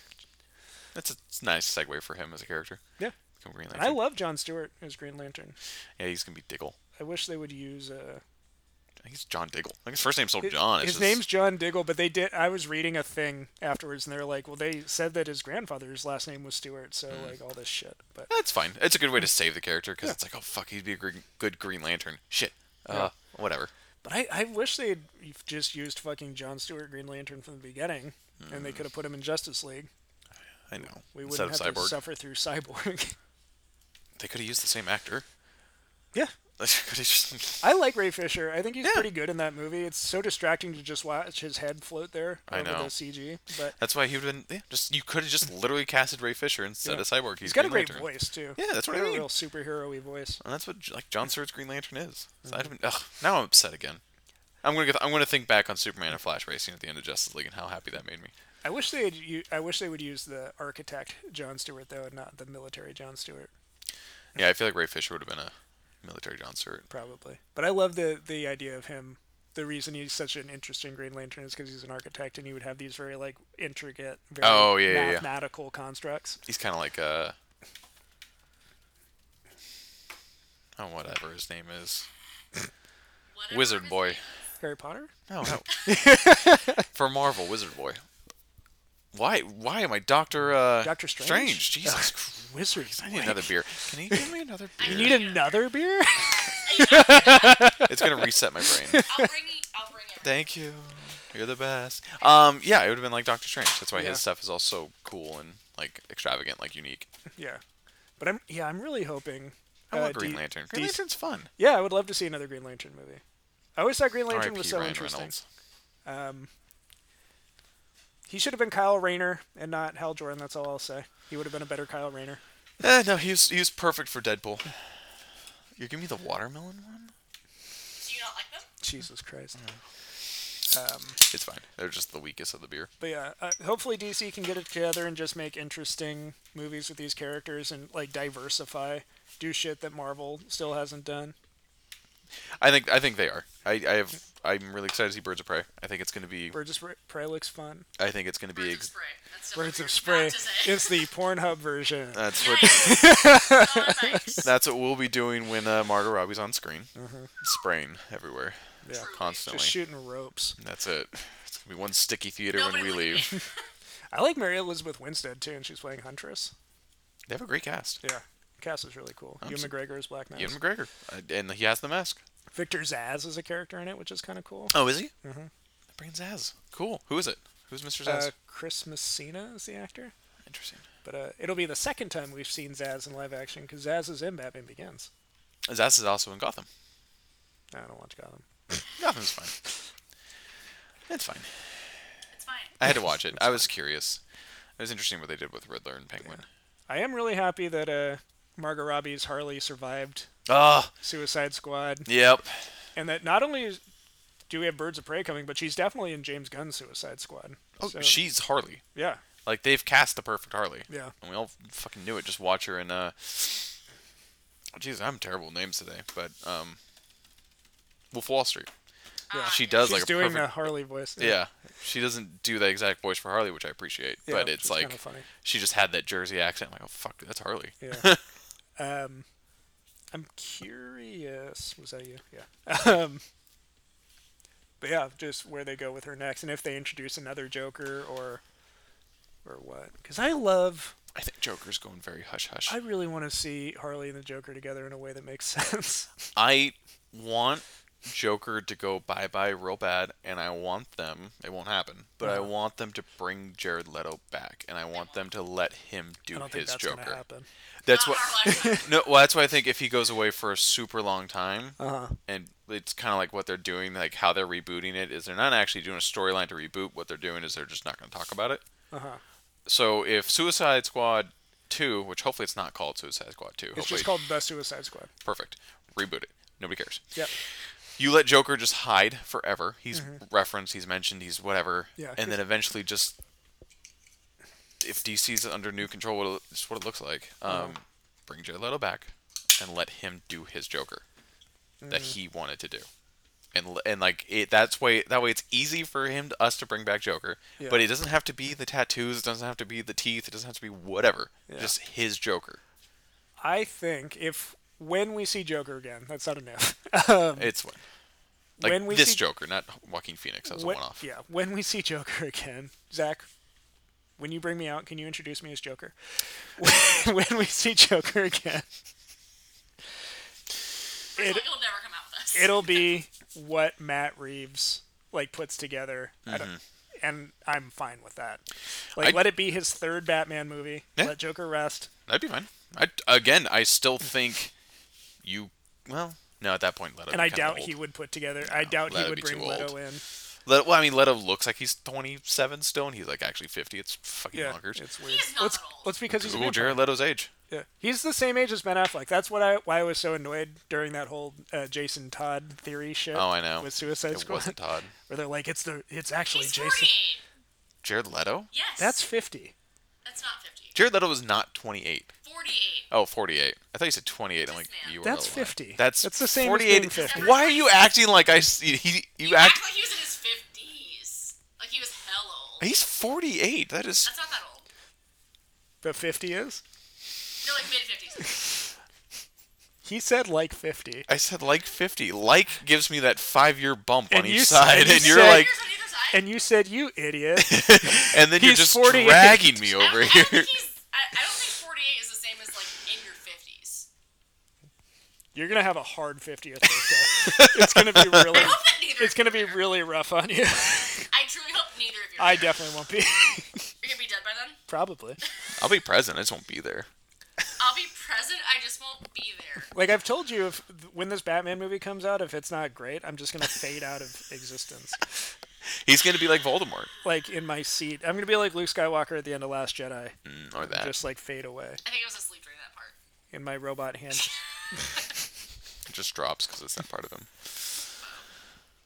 A: That's a, it's a nice segue for him as a character.
B: Yeah.
A: Become Green
B: And I
A: Lantern.
B: love John Stewart as Green Lantern.
A: yeah, he's gonna be Diggle.
B: I wish they would use uh
A: I think it's John Diggle. I think his first name's still
B: his,
A: John. It's
B: his
A: just-
B: name's John Diggle, but they did I was reading a thing afterwards and they're like, Well they said that his grandfather's last name was Stewart, so
A: Hmm.
B: like all this shit. But
A: That's fine. It's a good way to save the character because it's like, oh fuck, he'd be a green, good Green Lantern. Shit. Uh, whatever.
B: but I, I wish they'd just used fucking John Stewart Green Lantern from the beginning and they could have put him in Justice League.
A: I know.
B: We
A: Hmm. Instead
B: wouldn't
A: of
B: have
A: Cyborg,
B: to suffer through cyborg.
A: they could have used the same actor.
B: yeah.
A: They could have just.
B: I like Ray Fisher. I think he's
A: Yeah.
B: pretty good in that movie. It's so distracting to just watch his head float there
A: I
B: over
A: know.
B: the CG. But
A: That's why he would have been. Yeah, just you could have just literally casted Ray Fisher instead
B: Yeah.
A: of Cyborg.
B: he's got a
A: Green
B: great
A: Lantern.
B: voice too.
A: Yeah, that's what I
B: Got a
A: mean.
B: real superhero-y voice.
A: And that's what like John Stewart's Green Lantern is. So
B: Mm-hmm.
A: I'd have been, ugh, now I'm upset again. I'm gonna get, I'm gonna think back on Superman and Flash racing at the end of Justice League and how happy that made me.
B: I wish they had. u- I wish they would use the architect John Stewart though, and not the military John Stewart,
A: Yeah, I feel like Ray Fisher would have been a military John Stewart.
B: probably. But I love the the idea of him. The reason he's such an interesting Green Lantern is because he's an architect, and he would have these very like intricate, very
A: Oh, yeah, yeah, yeah.
B: mathematical constructs.
A: He's kind of like uh, oh whatever his name is,
C: Whatever
A: Wizard
C: his
A: Boy.
B: Harry Potter.
A: No, no. For Marvel, Wizard Boy. Why? Why am I Doctor? Uh,
B: Doctor Strange? Oh,
A: Strange. Jesus Christ!
B: Wizards.
A: I need another beer. Can you give me another
B: You
A: beer?
B: need another beer?
A: it's gonna reset my brain.
C: I'll bring it. I'll bring it.
A: Thank you. You're the best. Um, yeah, it would have been like Doctor Strange. That's why
B: Yeah.
A: his stuff is all so cool and like extravagant, like unique.
B: yeah. But I'm yeah, I'm really hoping
A: I
B: uh,
A: want Green
B: D-
A: Lantern. Green
B: DC
A: Lantern's fun.
B: Yeah, I would love to see another Green Lantern movie. I always thought Green Lantern
A: R.I.P.
B: was so
A: Ryan
B: interesting.
A: Reynolds.
B: Um, he should have been Kyle Rayner and not Hal Jordan. That's all I'll say. He would have been a better Kyle Rayner.
A: Eh, no, he was he was perfect for Deadpool. You're giving me the watermelon one?
C: Do you not like them?
B: Jesus Christ.
A: It's fine. They're just the weakest of the beer.
B: But yeah, uh, hopefully DC can get it together and just make interesting movies with these characters and like diversify, do shit that Marvel still hasn't done.
A: I think I think they are. I, I have I'm really excited to see Birds of Prey. I think it's gonna be
B: Birds of Prey looks fun.
A: I think it's gonna be
C: Birds of
A: ex-
C: spray. That's
B: Birds
C: definitely what
B: of
C: you're
B: Spray.
C: about to say.
B: It's the Pornhub version.
A: that's what
C: Nice. Alright.
A: that's what we'll be doing when uh, Margot Robbie's on screen. Spraying everywhere.
B: yeah,
A: Constantly.
B: Mm-hmm. just shooting ropes.
A: That's it. It's gonna be one sticky theater
C: Nobody
A: when we
C: would
A: leave.
C: be-
B: I like Mary Elizabeth Winstead too, and she's playing Huntress.
A: They have a great cast.
B: Yeah, cast is really cool. Ewan
A: so-
B: McGregor is Black Mask.
A: Ian McGregor, Uh, and he has the mask.
B: Victor Zaz is a character in it, which is kind of cool.
A: Oh, is he? Mm-hmm. That brings Zaz. Cool. Who is it? Who's Mr. Zaz?
B: Uh, Chris Messina is the actor.
A: Interesting.
B: But uh, it'll be the second time we've seen Zaz in live action because Zaz is in Batman Begins.
A: Zaz is also in Gotham.
B: No, I don't watch Gotham.
A: Gotham's fine. It's fine.
C: It's fine.
A: I had to watch it. I was curious. It was interesting what they did with Riddler and Penguin.
B: I am really happy that uh, Margot Robbie's Harley survived
A: Ah,
B: Suicide Squad,
A: yep.
B: and that not only is, do we have Birds of Prey coming, but she's definitely in James Gunn's Suicide Squad.
A: Oh,
B: So,
A: she's Harley.
B: yeah,
A: Like they've cast the perfect Harley.
B: yeah.
A: And we all fucking knew it. Just watch her in uh Jeez, I'm terrible with names today, but um Wolf of Wall Street.
B: Yeah.
A: She does
B: she's
A: like a
B: doing
A: perfect
B: the Harley voice.
A: Yeah. She doesn't do the exact voice for Harley, which I appreciate.
B: Yeah,
A: but
B: which
A: it's
B: is
A: like
B: kinda funny.
A: she just had that Jersey accent. like, oh fuck, that's Harley.
B: Yeah. um, I'm curious. Was that you? Yeah. Um, but yeah, just where they go with her next, and if they introduce another Joker or or what? Because I love.
A: I think Joker's going very hush hush.
B: I really want to see Harley and the Joker together in a way that makes sense.
A: I want Joker to go bye bye real bad, and I want them. It won't happen, but I want them to bring Jared Leto back, and I want them to let him do
B: I don't think
A: his
B: that's gonna
A: Joker.
B: happen.
A: That's what.
C: Not our lifetime.
A: No, well, that's why I think if he goes away for a super long time,
B: Uh-huh.
A: and it's kind of like what they're doing, like how they're rebooting it, is they're not actually doing a storyline to reboot. What they're doing is they're just not going to talk about it.
B: Uh huh.
A: So if Suicide Squad 2, which hopefully it's not called Suicide Squad 2,
B: It's
A: hopefully
B: just called the Suicide Squad.
A: perfect, reboot it. Nobody cares.
B: Yep.
A: you let Joker just hide forever. He's referenced, he's mentioned, he's whatever.
B: Mm-hmm. Yeah.
A: And then eventually just if DC's under new control, what it, just what it looks like.
B: Mm-hmm.
A: Um, bring Jared Leto back and let him do his Joker that
B: Mm-hmm.
A: he wanted to do. And, l- and like it, that's way that way it's easy for him to, us to bring back Joker,
B: Yeah.
A: but it doesn't have to be the tattoos, it doesn't have to be the teeth, it doesn't have to be whatever.
B: Yeah.
A: Just his Joker.
B: I think if when we see Joker again, that's not enough.
A: It's one. Like
B: Um, When we
A: this
B: see-
A: Joker, not Joaquin Phoenix. That was
B: When-
A: a one-off.
B: Yeah, when we see Joker again, Zach, when you bring me out, can you introduce me as Joker? When, when we see Joker again,
C: First of
B: It-
C: all, you'll never come out with us.
B: it'll be what Matt Reeves like puts together. I don't, and I'm fine with that. Like,
A: Mm-hmm. I-
B: let it be his third Batman movie.
A: Yeah.
B: Let Joker rest.
A: That'd be fine. I again, I still think you. Well, no, at that point, Leto.
B: And I
A: kinda
B: doubt
A: old.
B: he would put together. I doubt he
A: that'd
B: would
A: be too
B: bring Leto
A: old.
B: in.
A: Leto, well, I mean, Leto looks like he's 27 still, and he's like actually 50. It's fucking
B: Yeah,
A: bonkers.
B: it's
C: He
B: weird.
C: is not
B: Let's,
C: old.
B: let's because he's a
A: Google
B: vampire.
A: Jared Leto's age.
B: Yeah, he's the same age as Ben Affleck. That's what I why I was so annoyed during that whole uh, Jason Todd theory shit.
A: Oh, I know.
B: With Suicide
A: it
B: Squad,
A: wasn't Todd.
B: where they're like, it's the it's actually
C: He's
B: Jason.
C: 48.
A: Jared Leto.
C: Yes.
B: That's fifty.
C: That's not 50.
A: Jared Leto was not 28.
C: 48.
A: Oh, 48. I thought you said 28. I'm like,
C: Yes, ma'am.
A: you were
B: That's
A: out of line.
B: 50.
A: That's
B: That's the same as
A: 48.
B: being 50.
A: Why are you acting like I? s- He you
C: You act
A: act.
C: like he was in his 50s. Like he was hell old.
A: He's 48. That is.
C: That's not that old.
B: But fifty is.
C: No, like mid 50s.
B: He said like fifty.
A: I said like 50. Like gives me that five year bump
B: And
A: on
B: you
A: each
B: s-
A: side,
B: and you
A: and you're
B: said-
A: like,
C: Years on either side?
B: and you said you idiot.
A: and then you're
B: He's
A: just
B: 48.
A: dragging me over
C: I don't, I
A: here.
C: don't think he's. I, I don't think 48 is the same as like in your 50s.
B: You're gonna have a hard 50th birthday. it's gonna be really,
C: I hope that neither.
B: it's gonna be really rough on you.
C: I truly hope neither of you.
B: I
C: Are
B: definitely won't be.
C: You're gonna be dead by then.
B: Probably.
A: I'll be present. I just won't be there.
C: I'll be present. I just won't be there.
B: Like I've told you, if when this Batman movie comes out, if it's not great, I'm just gonna fade out of existence.
A: He's gonna be like Voldemort
B: Like in my seat, I'm gonna be like Luke Skywalker at the end of Last Jedi,
A: Mm, or that. Just,
B: just like fade away
C: I think I was asleep during that part.
B: in my robot hand.
A: just drops because it's that part of him.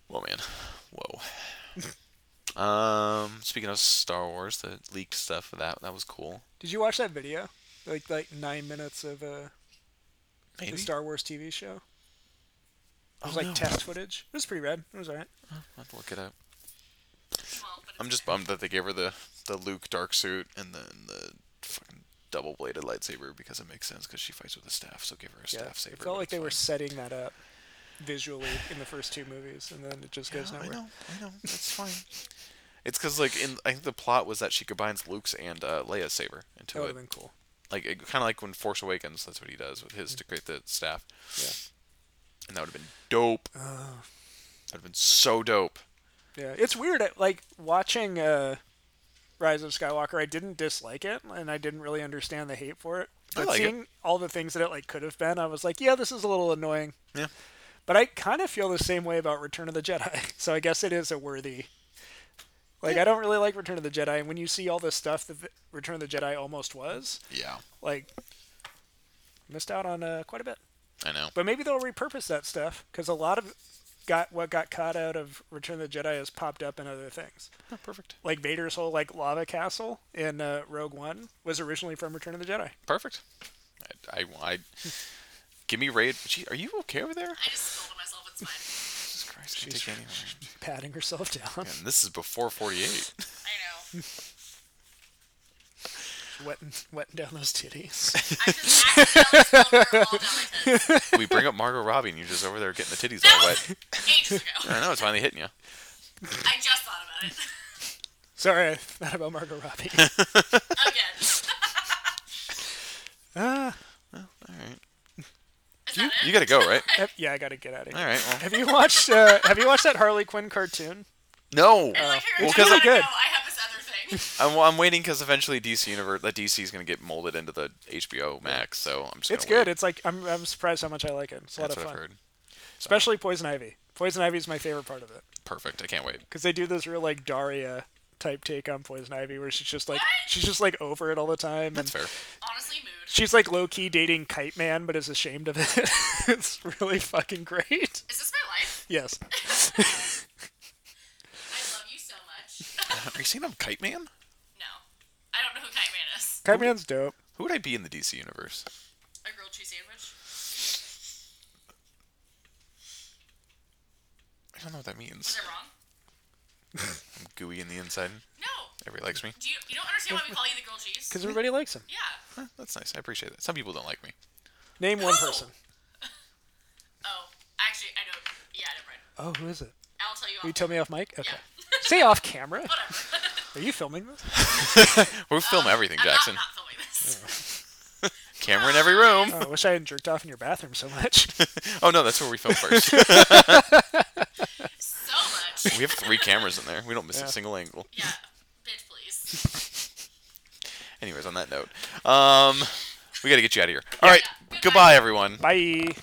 A: Whoa, man. Whoa. um, speaking of Star Wars, the leaked stuff for that that was cool.
B: Did you watch that video? Like like nine minutes of uh, the
A: Maybe.
B: Star Wars TV show. It was
A: Oh,
B: like
A: no.
B: test footage. It was pretty rad. It was alright.
A: I'll have to look it up.
C: Well, but
A: I'm
C: it's
A: just bummed that they gave her the the Luke dark suit and then the fucking double bladed lightsaber because it makes sense because she fights with a staff, so give her a
B: Yeah,
A: staff saber.
B: it felt
A: but
B: like
A: it's
B: they were
A: fine.
B: setting that up visually in the first two movies, and then it just goes
A: Yeah, I
B: nowhere.
A: know, I know, it's fine. It's because like in I think the plot was that she combines Luke's and uh, Leia's saber
B: That
A: into
B: would
A: it,
B: have been cool.
A: like it, kind of like when Force Awakens. That's what he does with his to create the staff,
B: Yeah,
A: and that would have been dope. That'd have been so dope.
B: yeah. It's weird. I- Like watching uh, Rise of Skywalker, I didn't dislike it, and I didn't really understand the hate for it.
A: I
B: But
A: like it.
B: seeing all the things that it like could have been, I was like, yeah, this is a little annoying.
A: Yeah,
B: But I kind of feel the same way about Return of the Jedi. So I guess it is a worthy. Like I don't really like Return of the Jedi, and when you see all this stuff that the- Return of the Jedi almost was,
A: yeah,
B: like missed out on uh, quite a bit.
A: I know.
B: But maybe they'll repurpose that stuff because a lot of got what got caught out of Return of the Jedi has popped up in other things.
A: Oh, perfect,
B: Like Vader's whole like lava castle in uh, Rogue One was originally from Return of the Jedi.
A: perfect. I, I, I give me raid. Gee, are you okay over there?
C: I just scolded myself. It's fine.
A: Jesus Christ, can
B: She's-
A: take anywhere.
B: Patting herself down,
A: And this is before 48.
C: I know.
B: wetting wetting down those titties.
C: I just accidentally spilled all down my tits.
A: we bring up Margot Robbie, and you're just over there getting the titties all
C: That was
A: wet.
C: ages ago.
A: I know it's finally hitting you.
C: I just thought about it.
B: Sorry, I thought about Margot Robbie.
C: Again.
B: Ah,
A: All right,
C: Is that it?
A: you gotta go, right?
B: yep, yeah, I gotta get out of
A: All
B: here.
A: right. Well,
B: Have you watched uh, Have you watched that Harley Quinn cartoon?
A: no.
C: I like her.
A: uh, well,
C: I
B: I'm
A: because
C: gotta
B: good.
C: go. I have this other thing.
A: I'm, I'm waiting because eventually DC universe, that DC is gonna get molded into the HBO Max. So I'm just.
B: It's
A: gonna
B: good.
A: wait.
B: It's like I'm I'm surprised how much I like it. It's a lot
A: That's
B: of
A: what I've
B: fun,
A: heard.
B: especially Poison Ivy. Poison Ivy is my favorite part of it.
A: Perfect. I can't wait.
B: because they do this real like Daria type take on Poison Ivy, where she's just like
C: What?
B: she's just like over it all the time,
A: That's
B: and
A: fair.
C: Honestly, mood.
B: she's like low key dating Kite Man, but is ashamed of it. it's really fucking great.
C: Is this my life?
B: Yes,
C: I love you so much.
A: Are you seeing him, Kite Man?
C: No. I don't know who Kite Man is.
B: Kite Man's dope.
A: Who would I be in the DC universe?
C: A grilled cheese sandwich?
A: I don't know what that means.
C: Was I wrong?
A: I'm gooey in the inside.
C: No.
A: Everybody likes me.
C: Do you, you don't understand why we call you the grilled cheese?
B: Because everybody likes him.
C: Yeah.
A: Huh, Eh, that's nice. I appreciate that. Some people don't like me.
B: Name one
C: Oh!
B: person.
C: Oh, actually, I don't. Yeah, never mind.
B: Oh, who is it?
C: I'll tell you.
B: Will you
C: off.
B: tell me off mic? Okay.
C: Yeah.
B: Stay off camera.
C: Whatever.
B: Are you filming this?
A: We film everything,
C: I'm
A: Jackson.
C: not, not filming this.
A: Camera in every room.
B: Oh, I wish I hadn't jerked off in your bathroom so much.
A: Oh no, that's where we film first.
C: So much.
A: we have three cameras in there. We don't miss
B: Yeah.
A: a single angle.
C: Yeah. Bitch, please.
A: Anyways, on that note, um, we got to get you out of here. All right,
C: Yeah.
A: goodbye, everyone.
B: Bye.